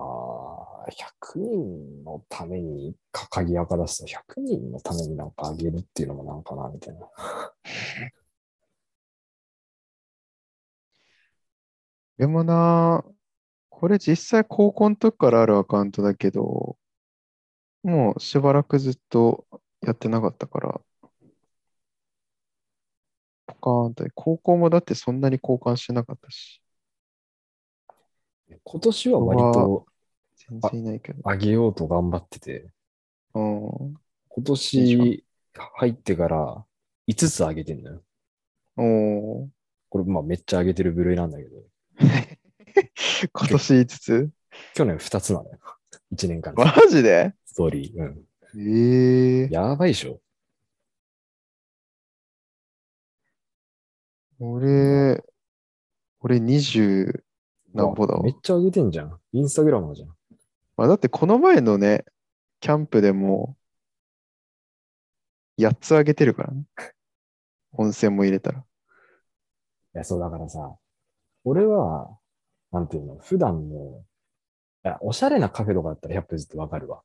Speaker 1: 100人のために掲げ赤出すと、100人のためになんかあげるっていうのもなんかな、みたいな。
Speaker 2: でもな、これ実際高校の時からあるアカウントだけど、もうしばらくずっとやってなかったから、ポカーンと、高校もだってそんなに交換してなかったし、
Speaker 1: 今年は割と
Speaker 2: 全然いないけど。
Speaker 1: 上げようと頑張ってて、
Speaker 2: うん
Speaker 1: 今年入ってから5つ上げてんのよ。
Speaker 2: おー
Speaker 1: これ、まあ、めっちゃ上げてる部類なんだけど、
Speaker 2: 今年5つ
Speaker 1: 去年2つなの よ。1年間の
Speaker 2: マジで
Speaker 1: ストーリー。うん。
Speaker 2: ええ
Speaker 1: やばいでしょ。
Speaker 2: 俺、俺20なんぼだわ
Speaker 1: めっ。ちゃ上げてんじゃん。インスタグラマーじゃん。
Speaker 2: まあ、だってこの前のね、キャンプでも、8つあげてるからね。温泉も入れたら。
Speaker 1: いや、そうだからさ、俺は、なんていうの、普段の、いや、おしゃれなカフェとかだったら100歩ずつわかるわ。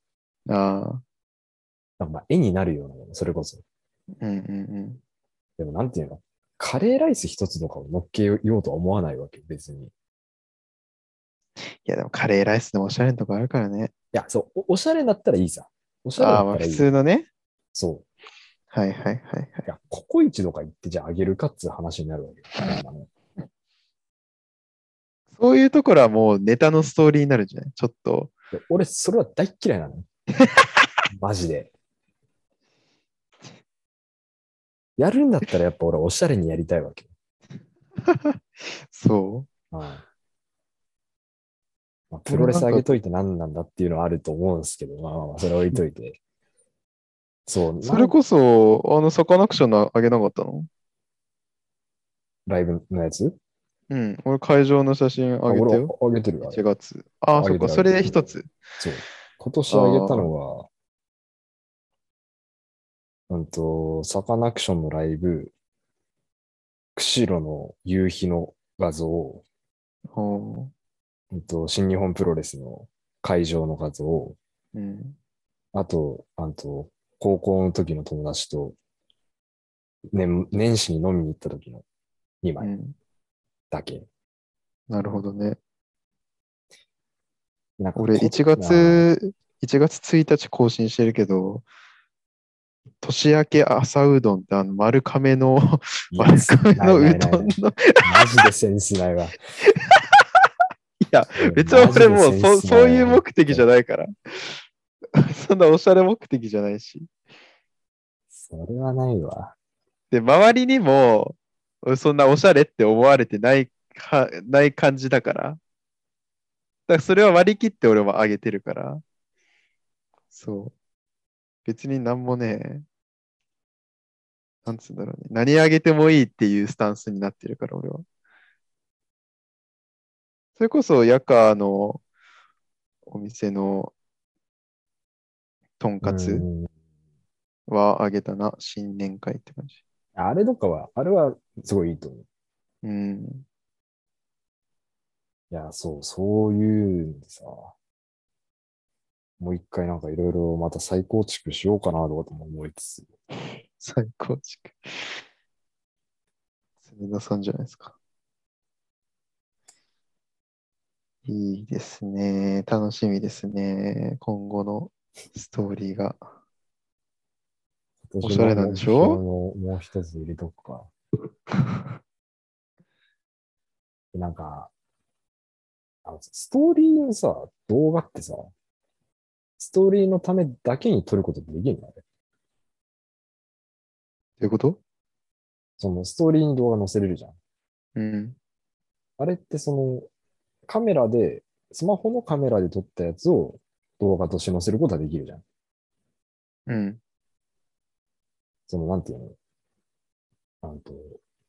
Speaker 2: ああ、
Speaker 1: なんかまあ絵になるようなもの、それこそ。
Speaker 2: うんうん
Speaker 1: でもなんていうの、カレーライス一つとかを乗っけようとは思わないわけ、別に。い
Speaker 2: うん。いやでもカレーライスでもおしゃれなとこあるからね。
Speaker 1: や、そう、おおしゃれだったらいいさ。おしゃれ
Speaker 2: ああ、
Speaker 1: だ
Speaker 2: ま
Speaker 1: っ
Speaker 2: あ
Speaker 1: たらい
Speaker 2: 普
Speaker 1: い。
Speaker 2: 通のね。
Speaker 1: そう。
Speaker 2: はいはいはいはい。
Speaker 1: いや、ココイチとか行ってじゃああげるかっつう話になる わけよ。なんかね
Speaker 2: そういうところはもうネタのストーリーになるんじゃないちょっと。
Speaker 1: で俺、それは大っ嫌いなの よ。マジで。やるんだったらやっぱ俺、おしゃれにやりたいわけ。
Speaker 2: そ
Speaker 1: うんまあ、プロレス上げといて何なんだっていうのはあると思うんですけど、まあまあまあ、それ置いとい て。そう、
Speaker 2: う。それこそ、あの、サカナクションのあげなかったの
Speaker 1: ライブのやつ
Speaker 2: うん。俺会場の写真あげて
Speaker 1: 俺
Speaker 2: よ。
Speaker 1: 上げてるわ。
Speaker 2: 1月。ああ、
Speaker 1: あ
Speaker 2: そ
Speaker 1: げ
Speaker 2: って
Speaker 1: る
Speaker 2: か。それ
Speaker 1: あげ
Speaker 2: で
Speaker 1: てる
Speaker 2: 一つ。
Speaker 1: そう。今年上げたのは、うんと、サカナクションのライブ、釧路の夕日の画像、
Speaker 2: お
Speaker 1: うんと、新日本プロレスの会場の画像、
Speaker 2: ーうん。
Speaker 1: あと、あと、高校の時の友達と、年、年始に飲みに行った時の2
Speaker 2: う
Speaker 1: 枚
Speaker 2: ん。
Speaker 1: だけ。
Speaker 2: なるほどね。
Speaker 1: なんか
Speaker 2: 俺、
Speaker 1: こ
Speaker 2: 1
Speaker 1: あー
Speaker 2: 月、1月1日更新してるけど、年明け朝うどんってあの丸亀の、
Speaker 1: いや
Speaker 2: 丸亀の
Speaker 1: な
Speaker 2: う
Speaker 1: いないな
Speaker 2: ど
Speaker 1: い
Speaker 2: ん
Speaker 1: ない
Speaker 2: の。
Speaker 1: マジでセンスない わ。
Speaker 2: いや、別に俺もうそそういう目的じゃ
Speaker 1: ないわ。
Speaker 2: ないから。そんなおしゃれ目的じゃないし。
Speaker 1: それはないわ。
Speaker 2: で、周りにも、そんなおしゃれって思われてないか、ない感じだから。だからそれは割り切って俺はあげてるから。そう。別になんもね、なんつうんだろうね。何あげてもいいっていうスタンスになってるから、俺は。それこそ、ヤカのお店のとんか
Speaker 1: う
Speaker 2: つ
Speaker 1: ん
Speaker 2: はあげたな。新年会って感じ。
Speaker 1: あれとかは、あれはすごいいいと思う。
Speaker 2: うん。
Speaker 1: いや、そう、そういうのでさ、もう一回なんかいろいろまた再構築しようかなとかとも思いつつ、
Speaker 2: 最高築。常田さんじゃないですか。いいですね。楽しみですね。今後のストーリーが。
Speaker 1: 今
Speaker 2: お
Speaker 1: 年
Speaker 2: しゃれなんでしょ
Speaker 1: の目標のもう一つ入れとくか。 なんか、あのストーリーのさ、動画ってさ、ストーリーのためだけに撮ることってできるのあれ
Speaker 2: ということ
Speaker 1: そのストーリーに動画載せれるじゃん。
Speaker 2: うん。
Speaker 1: あれってそのカメラで、スマホのカメラで撮ったやつを動画として載せることはできるじゃん。
Speaker 2: うん。
Speaker 1: その、なんていうのあのと、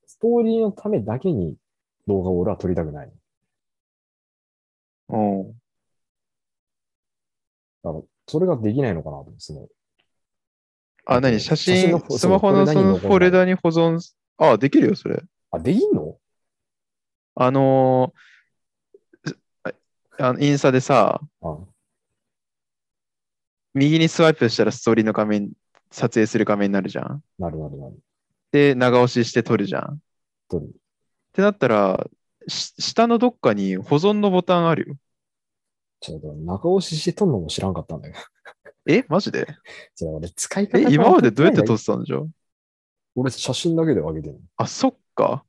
Speaker 1: ストーリーのためだけに動画を俺は撮りたくない。
Speaker 2: おう
Speaker 1: あの、それができないのかなと思う。その、
Speaker 2: あ、何写
Speaker 1: 写真
Speaker 2: 真
Speaker 1: のフォ、
Speaker 2: スマホの
Speaker 1: そう
Speaker 2: その
Speaker 1: フ
Speaker 2: フ
Speaker 1: ォ
Speaker 2: ォ
Speaker 1: ル
Speaker 2: ル
Speaker 1: ダ
Speaker 2: ダに保存す。あ、できるよ、それ。
Speaker 1: あ、できんの
Speaker 2: あのーああのインスタでさ、
Speaker 1: あ
Speaker 2: 右にスワイプしたらストーリーの画面、撮影する画面になるじゃん。
Speaker 1: なるなるなる。
Speaker 2: で、長押しして撮るじゃん。っ
Speaker 1: 撮る。
Speaker 2: てなったら、し下のどっかに保存のボタンあるよ。
Speaker 1: ちょっと中押しして撮るのも知らんかったんだけど。
Speaker 2: えマジで
Speaker 1: じゃあ俺使い方
Speaker 2: え
Speaker 1: が
Speaker 2: 今までどうやって撮
Speaker 1: わかんない
Speaker 2: ってたんでしょう
Speaker 1: 俺写真だけで上げてるの。
Speaker 2: あ、そっか。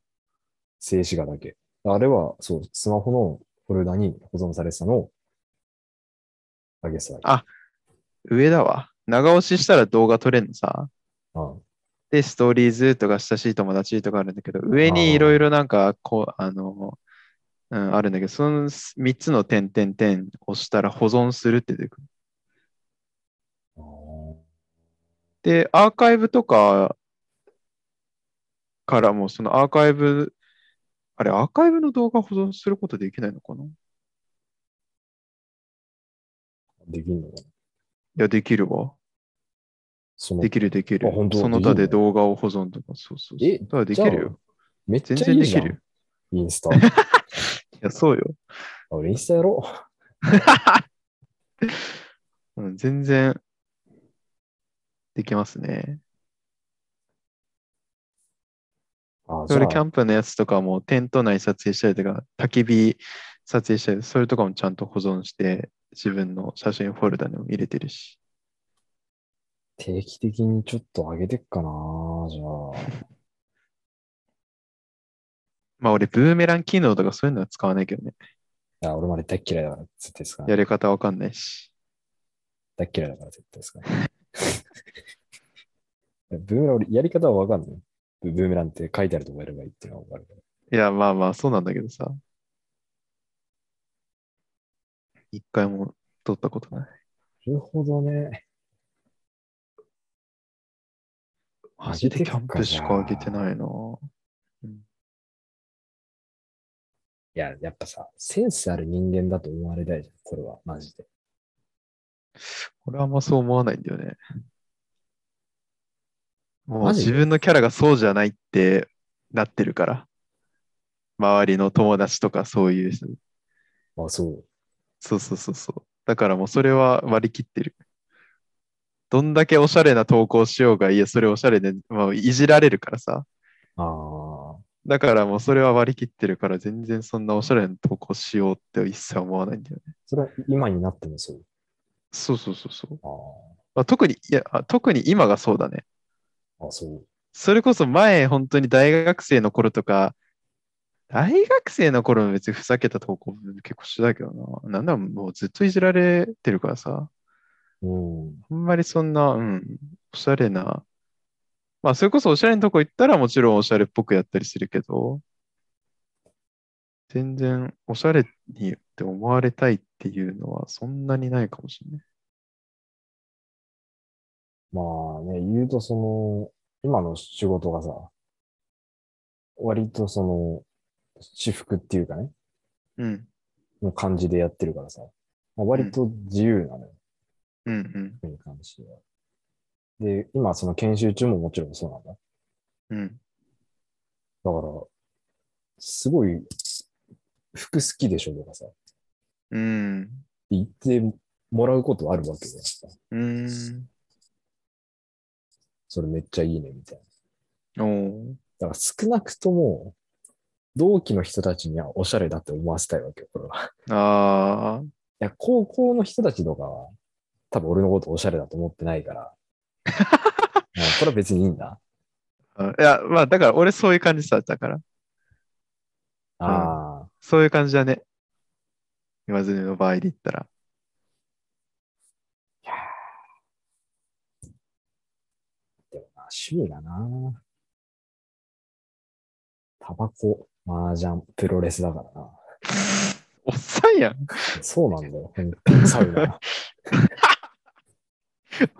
Speaker 1: 静止画だけ。あれは、そう、スマホのフォルダに保存されてたのを上げてただけ。
Speaker 2: あ上だわ。長押ししたら動画撮れんのさ。
Speaker 1: あ
Speaker 2: で、ストーリーズとか親しい友達とかあるんだけど、上にいろいろなんか、こう、あの、うん、あるんだけど、その3つの点点点押したら保存するって出てくる。
Speaker 1: あ
Speaker 2: で、アーカイブとかからも、そのアーカイブ、あれ、アーカイブの動画保存することできないのかない
Speaker 1: できんのかな
Speaker 2: や、できるわ。
Speaker 1: その
Speaker 2: できる、できる
Speaker 1: あ本。当
Speaker 2: その他
Speaker 1: で
Speaker 2: で
Speaker 1: きる
Speaker 2: 動画を保存とか、そうそうそう。
Speaker 1: え
Speaker 2: だからできるよ。
Speaker 1: めっち
Speaker 2: 全
Speaker 1: ゃい
Speaker 2: 然
Speaker 1: い
Speaker 2: で
Speaker 1: じゃ
Speaker 2: き
Speaker 1: ん
Speaker 2: る。。
Speaker 1: インスタ。
Speaker 2: いや、そうよ。
Speaker 1: あ俺インスタやろう。
Speaker 2: うん、全然できますね。
Speaker 1: あじゃ
Speaker 2: 俺、キャ
Speaker 1: あ、
Speaker 2: ンプのやつとかも、テント内撮影したりとか、焚き火撮影したり、それとかもちゃんと保存して、自分の写真フォルダにも入れてるし。
Speaker 1: 定期的にちょっと上げてっかな。じゃあ。
Speaker 2: まあ俺、ブーメラン機能とかそういうのは使わないけどね。
Speaker 1: いや、俺まで大っ嫌いだから、絶対ですか
Speaker 2: や
Speaker 1: ね。
Speaker 2: り方わかんないし。
Speaker 1: 大っ嫌いだ から、絶対ですかね。いやブーメラン、俺、やり方はわかんない。ブブーメランって書いてあるとこやればいいっていうのはわかるから。
Speaker 2: いや、まあまあ、そうなんだけどさ。一回も撮ったことない。
Speaker 1: なるほどね。
Speaker 2: マジでキャンプしか上げてないな。
Speaker 1: いや、やっぱさ、センスある人間だと思われたいじゃん。これは、マジで。
Speaker 2: 俺はあんまそう思わないんだよね。もう
Speaker 1: マジで
Speaker 2: 自分のキャラがそうじゃないってなってるから。周りの友達とかそういう人。
Speaker 1: あ、そう。
Speaker 2: そうそうそうそう。だからもうそれは割り切ってる。どんだけおしゃれな投稿しようが、いや、それおしゃれで、まあ、いじられるからさ。
Speaker 1: あ
Speaker 2: だからもうそれは割り切ってるから、全然そんなおしゃれな投稿しようって一切思わないんだよね。
Speaker 1: あ、それは今になってもそう。
Speaker 2: そうそうそうそう。
Speaker 1: ああ。
Speaker 2: まあ、特に、いや、あ特に今がそうだね。
Speaker 1: あ、そう。
Speaker 2: それこそ前、本当に大学生の頃とか、大学生の頃も別にふざけた投稿結構してたけどな。なんだもうずっといじられてるからさ。
Speaker 1: うん。
Speaker 2: あんまりそんな、うん、おしゃれな。まあ、それこそおしゃれなとこ行ったらもちろんおしゃれっぽくやったりするけど、全然おしゃれにって思われたいっていうのはそんなにないかもしれない。
Speaker 1: まあね、言うとその、今の仕事がさ、割とその、私服っていうかね、
Speaker 2: うん、
Speaker 1: の感じでやってるからさ、まあ、割と自由なのよ、
Speaker 2: うん、うん
Speaker 1: それに関しては。で、今その研修中ももちろんそうなんだ。だか、
Speaker 2: うん。
Speaker 1: ら、すごい、服好きでしょとかさ、
Speaker 2: うん。
Speaker 1: 言ってもらうことはあるわけじゃないですか。
Speaker 2: うん。
Speaker 1: それめっちゃいいね、みたいな。
Speaker 2: おー
Speaker 1: だから少なくとも、同期の人たちにはおしゃれだって思わせたいわけよ、これは。
Speaker 2: ああ。
Speaker 1: いや、高校の人たちとかは、多分俺のことおしゃれだと思ってないから。うんこれは別にいいんだ。
Speaker 2: あいや、まあ、だから俺そういう感じさ、だから。
Speaker 1: ああ、
Speaker 2: そういう感じだね。今ずの場合で言ったら。
Speaker 1: でもな、趣味だな。タバコ、麻雀、プロレスだからな。
Speaker 2: おっさんやん。
Speaker 1: そうなんだよ、本当にサウナ。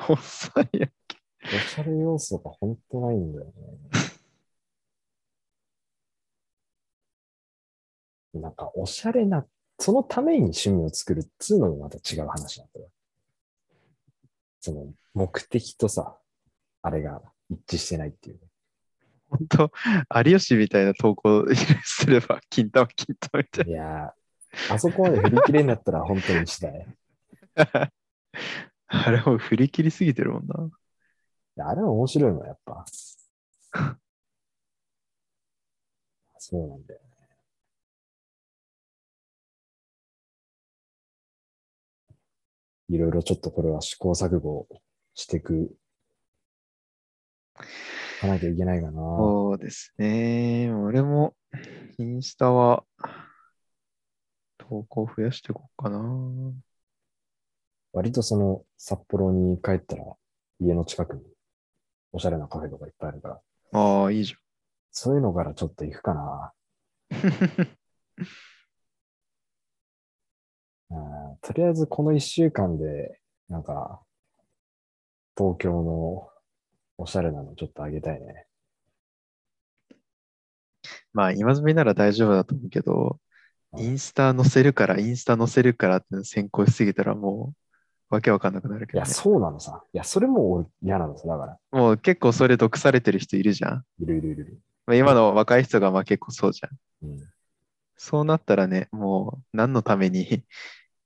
Speaker 2: おっさんやん。
Speaker 1: おしゃれ要素が本当ないんだよね。なんか、おしゃれな、そのために趣味を作るっつうのもまた違う話なんだよ。その、目的とさ、あれが一致してないっていう。
Speaker 2: 本当有吉みたいな投稿すれば、金玉金玉みたい
Speaker 1: いやー、あそこまで振り切れになったら本当にしたい。
Speaker 2: な。あれも振り切りすぎてるもんな。
Speaker 1: あれは面白いの、やっぱ。 そうなんだよね。いろいろちょっとこれは試行錯誤していく、いかなきゃいけないかな。
Speaker 2: そうですね。俺も、インスタは、投稿増やしていこうかな。
Speaker 1: 割とその札幌に帰ったら家の近くにおしゃれなカフェとかいっぱいあるから、
Speaker 2: ああ、いいじ
Speaker 1: そういうのからちょっと行くかな。
Speaker 2: ゃん。
Speaker 1: うんとりあえずこの一週間で、なんか、東京のおしゃれなのちょっとあげたいね。
Speaker 2: まあ、今済みなら大丈夫だと思うけど、
Speaker 1: うん
Speaker 2: インスタ載せるから、インスタ載せるからって先行しすぎたらもう、わけわかんなくなるけ
Speaker 1: い
Speaker 2: ど、
Speaker 1: や、
Speaker 2: ね。
Speaker 1: そうなのさ。いや、それも俺嫌なのさ。だから、
Speaker 2: もう結構それ毒されてる人いるじゃん。
Speaker 1: いるいるいる。
Speaker 2: まあ、今の若い人がまあ結構そうじゃん。
Speaker 1: うん、
Speaker 2: そうなったらね、もう何のために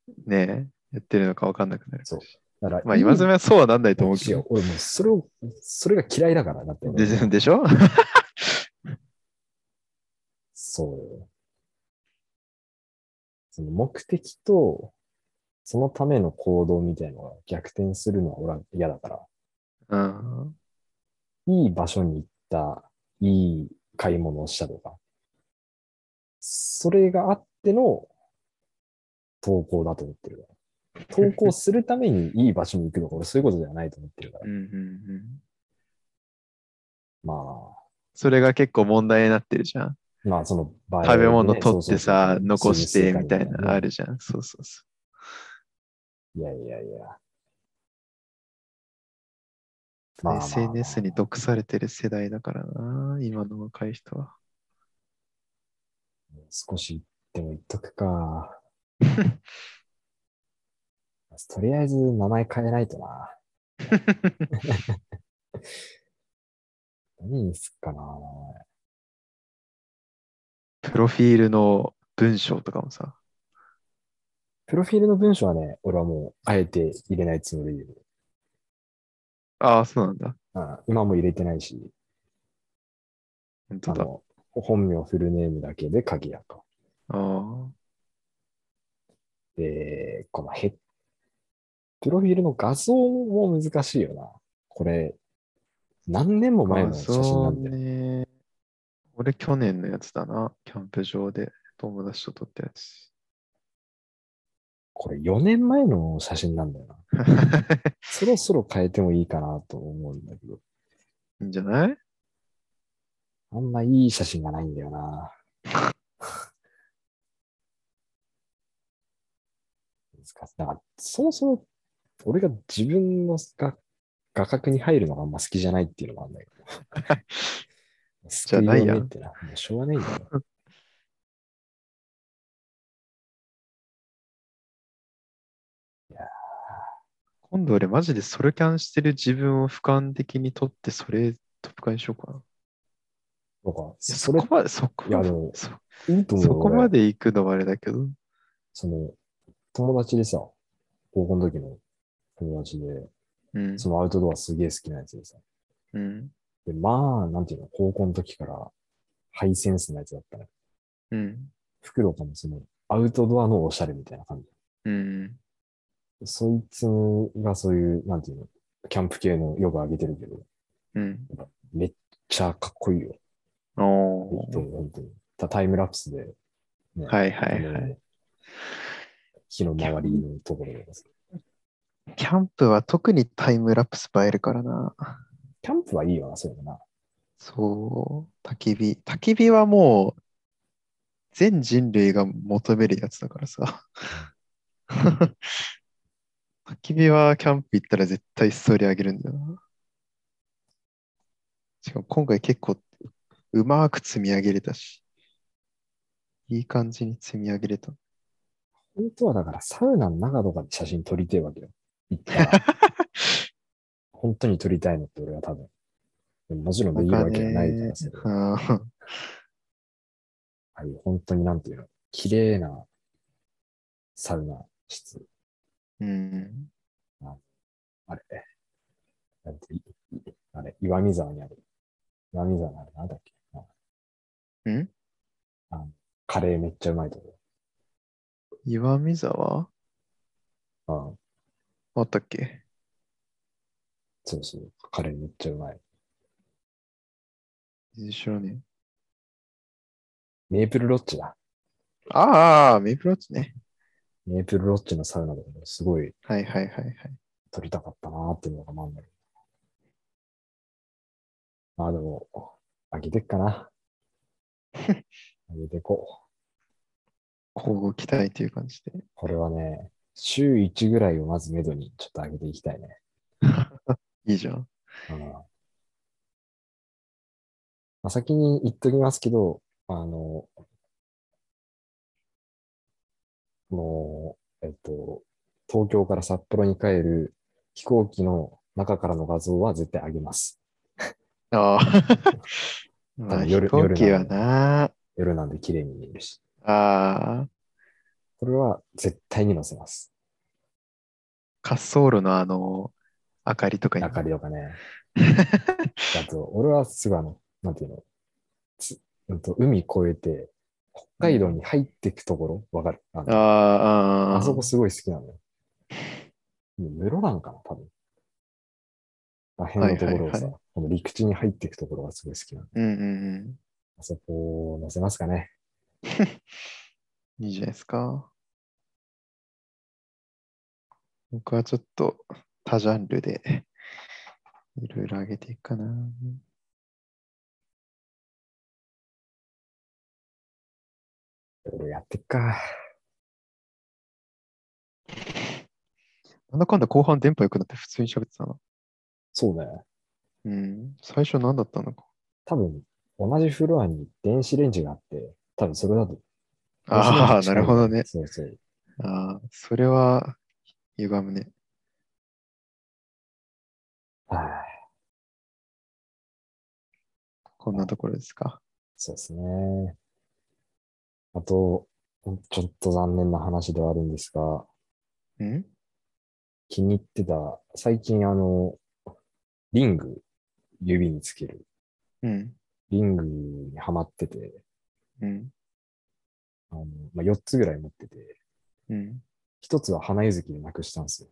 Speaker 2: ね、やってるのかわかんなくなるし。
Speaker 1: そうだから、
Speaker 2: まあ、今
Speaker 1: そ
Speaker 2: 攻めはそうはなんないと思うけど。
Speaker 1: 俺もうそれを、それが嫌いだから、だって俺。
Speaker 2: ででしょ
Speaker 1: そうよ。その目的と、そのための行動みたいのが逆転するのは俺は嫌だから。
Speaker 2: うん。
Speaker 1: いい場所に行った、いい買い物をしたとか、それがあっての投稿だと思ってるから。投稿するためにいい場所に行くのか、俺そういうことではないと思ってるから
Speaker 2: うんう。んうん。
Speaker 1: ま
Speaker 2: それが結構問題になってるじゃん。
Speaker 1: あ、まあその場合にね、
Speaker 2: 食べ物取ってさ、
Speaker 1: そうそうそう
Speaker 2: 残してみたいな、あ
Speaker 1: る。
Speaker 2: るじゃん。そうそうそ
Speaker 1: いやいやいや。
Speaker 2: う。SNS に毒されてる世代だからな、今の若い人は。
Speaker 1: 少しでも言っとく か。とりあえず名前変えないとな。何にすっかな、名前。
Speaker 2: プロフィールの文章とかもさ。
Speaker 1: プロフィールの文章はね、俺はもう、あえて入れないつもりでいる、
Speaker 2: ああ、そうなんだ。
Speaker 1: うん今も入れてないし、
Speaker 2: 本当
Speaker 1: あ
Speaker 2: だ。
Speaker 1: の、本名、フルネームだけで鍵やか。
Speaker 2: ああ。
Speaker 1: で、このへっプロフィールの画像も難しいよな。これ、何年も前の写真なんだよ。
Speaker 2: ね。俺、去年のやつだな。キャンプ場で友達と撮ったやつ。
Speaker 1: これ4年前の写真なんだよな。そろそろ変えてもいいかなと思うんだけど、
Speaker 2: いいんじゃない
Speaker 1: あんまいい写真がないんだよな。難しい。だから、そもそも俺が自分の画画角に入るのがあんま好きじゃないっていうのもあるんだけど。
Speaker 2: ゃあないや
Speaker 1: 好きよねってな。もうしょうがないんだよ。
Speaker 2: 今度俺マジでソロキャンしてる自分を俯瞰的に撮ってそれトップカにしようかな。い
Speaker 1: なんか、
Speaker 2: や
Speaker 1: そ
Speaker 2: そ
Speaker 1: れ、
Speaker 2: こまで、そこ
Speaker 1: いやでも
Speaker 2: そ
Speaker 1: いいと思う
Speaker 2: そ
Speaker 1: よ
Speaker 2: こ
Speaker 1: 俺
Speaker 2: まで行くのはあれだけど。
Speaker 1: その、友達でさ、高校の時の友達で、
Speaker 2: うん。
Speaker 1: そのアウトドアすげえ好きなやつでさ。
Speaker 2: うん。
Speaker 1: で、まあ、なんていうの、高校の時からハイセンスなやつだったね。
Speaker 2: うん。
Speaker 1: 福岡もその、アウトドアのおしゃれみたいな感じ。
Speaker 2: うん。
Speaker 1: そいつがそういう、なんていうの、キャンプ系のよくあげてるけど、めっ
Speaker 2: うん。
Speaker 1: ちゃかっこいいよ。
Speaker 2: おー
Speaker 1: 本当に。たタイムラプスで、ね
Speaker 2: はいはい
Speaker 1: あ
Speaker 2: はい。
Speaker 1: の火の周りのところで
Speaker 2: キャンプは特にタイムラプス映えるからな。
Speaker 1: キャンプはいいよな、そういうのな。
Speaker 2: そう、焚き火。焚き火はもう、全人類が求めるやつだからさ。 焚き火はキャンプ行ったら絶対ストーリーあげるんだよな。しかも今回結構うまく積み上げれたし、いい感じに積み上げれた。
Speaker 1: 本当はだからサウナの中とかで写真撮りてえわけよ。行 ったら。本当に撮りたいのって俺は多分。でももちろんできるわけはないからさ。
Speaker 2: なんかね
Speaker 1: ああいう本当になんていうの、綺麗なサウナ室。
Speaker 2: うんうん。
Speaker 1: あれ。なんていいあれ、岩見沢にある。岩見沢のあれなんだっけ
Speaker 2: ん
Speaker 1: あのカレーめっちゃうまいとこ
Speaker 2: 岩見沢
Speaker 1: ろ。うん。
Speaker 2: あったっけ
Speaker 1: そうそう。カレーめっちゃうまい。
Speaker 2: 全然知らねえ
Speaker 1: メープルロッジだ。
Speaker 2: ああ、メイプロッチね。
Speaker 1: メープルロッジのサウナとかもすごい
Speaker 2: はいはいはいはい。
Speaker 1: 撮りたかったなーっていうのがまああんだけど。まあでも、あげてっかな。あげてこう。
Speaker 2: 交互期待という感じで。
Speaker 1: これはね、週1ぐらいをまずめどにちょっと上げていきたいね。
Speaker 2: いいじゃん。
Speaker 1: うんまあ、先に言っときますけど、あの、もう、えっと、東京から札幌に帰る飛行機の中からの画像は絶対上げます。
Speaker 2: あ あ。まあ、
Speaker 1: 夜
Speaker 2: 飛行機は
Speaker 1: 夜
Speaker 2: な。
Speaker 1: 夜なんで綺麗に見えるし。
Speaker 2: ああ。
Speaker 1: これは絶対に載せます。
Speaker 2: 滑走路のあの、明かりとかに
Speaker 1: 明か りとかね。あと、俺はすぐあの、なんていうの、つうんと海越えて、北海道に入っていくところ、わかるあ
Speaker 2: あ
Speaker 1: の
Speaker 2: あ、ああ。
Speaker 1: あそこすごい好きなのよ。室蘭かな、多分。あ辺のところをさ、
Speaker 2: はいはい
Speaker 1: この陸地に入っていくところがすごい好きなの。
Speaker 2: うんうん
Speaker 1: あそこを載せますかね。
Speaker 2: うん。いいじゃないですか。僕はちょっと多ジャンルでいろいろ上げていくかな。
Speaker 1: いろいろやってっか。
Speaker 2: なんだかんだ後半電波良くなって普通に喋ってたな。
Speaker 1: そうね。
Speaker 2: うん。最初何だったのか。
Speaker 1: 多分、同じフロアに電子レンジがあって、多分それだと。
Speaker 2: ああ、なるほどね。
Speaker 1: そうそう。
Speaker 2: ああ、それは歪むね。
Speaker 1: はい。
Speaker 2: こんなところですか。
Speaker 1: そうですね。あと、ちょっと残念な話ではあるんですが、
Speaker 2: うん
Speaker 1: 気に入ってた、最近あの、リング、指につける、
Speaker 2: うん。
Speaker 1: リングにハマってて、
Speaker 2: うん。
Speaker 1: あのまあ、4つぐらい持ってて、
Speaker 2: うん。
Speaker 1: 1つは花ゆずきでなくしたんですよ。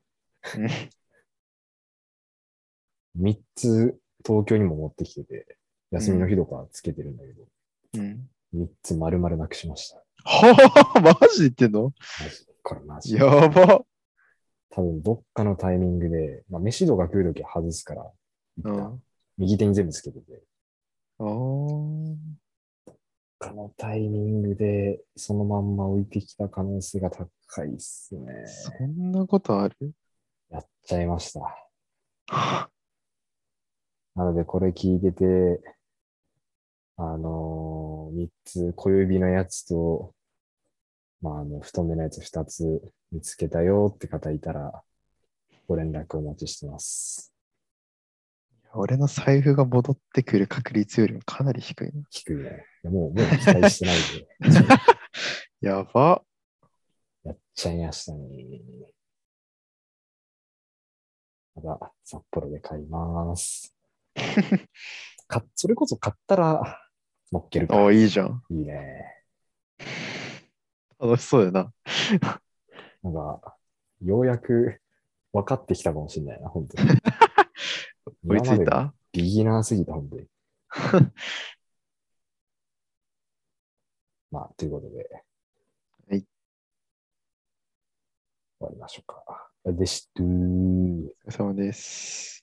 Speaker 1: 3つ東京にも持ってきてて、休みの日とかつけてるんだけど、
Speaker 2: うん。
Speaker 1: 3つ丸々なくしました。
Speaker 2: はあ、マジで言ってんの
Speaker 1: マジでこれマジで
Speaker 2: やば。
Speaker 1: 多分どっかのタイミングで、まあ、飯とか食うときは外すから、一
Speaker 2: う
Speaker 1: 旦
Speaker 2: ん。
Speaker 1: 右手に全部つけてて、
Speaker 2: おー
Speaker 1: どっかのタイミングでそのまんま置いてきた可能性が高いっすね。
Speaker 2: そんなことある
Speaker 1: やっちゃいました。なので、これ聞いてて、あのー、3つ、小指のやつと、まあ、あの、太めのやつ2つ見つけたよって方いたら、ご連絡お待ちしてます。
Speaker 2: 俺の財布が戻ってくる確率よりもかなり低いな。
Speaker 1: 低いね。いやもう、もう期待してないで。
Speaker 2: やば。
Speaker 1: やっちゃいましたね。まだ、札幌で買います。か、それこそ買ったら、乗っけるから。
Speaker 2: お
Speaker 1: い
Speaker 2: いいじゃん。
Speaker 1: いね。
Speaker 2: 楽しそうだな。
Speaker 1: なんか、ようやく分かってきたかもしれないな、本当に。
Speaker 2: 追いつい
Speaker 1: 今まで
Speaker 2: た
Speaker 1: ビギナーすぎた、本当に。 まあ、ということで。
Speaker 2: はい
Speaker 1: 終わりましょうか。でした。
Speaker 2: お疲れ様です。